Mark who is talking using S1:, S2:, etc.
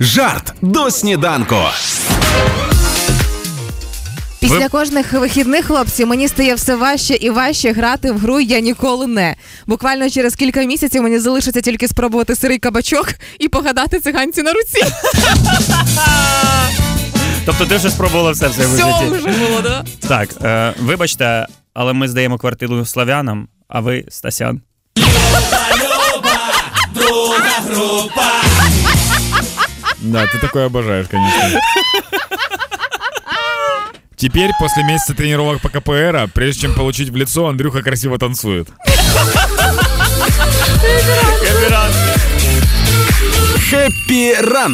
S1: Жарт до сніданку.
S2: Після
S3: Ви-
S2: кожних вихідних хлопці мені стає все важче і важче грати в гру я ніколи не. Буквально через кілька місяців мені залишиться тільки спробувати сирий кабачок і погадати циганці на руці.
S3: Тобто ти вже спробувала все в своєму
S2: Все
S3: житті.
S2: вже було, да?
S3: Так, е, вибачте, але ми здаємо квартиру славянам, а ви Стасян.
S4: Да, ты такое обожаешь, конечно. Теперь, после месяца тренировок по КПР, прежде чем получить в лицо, Андрюха красиво танцует.
S3: Капіран.
S1: Хеппі ранок.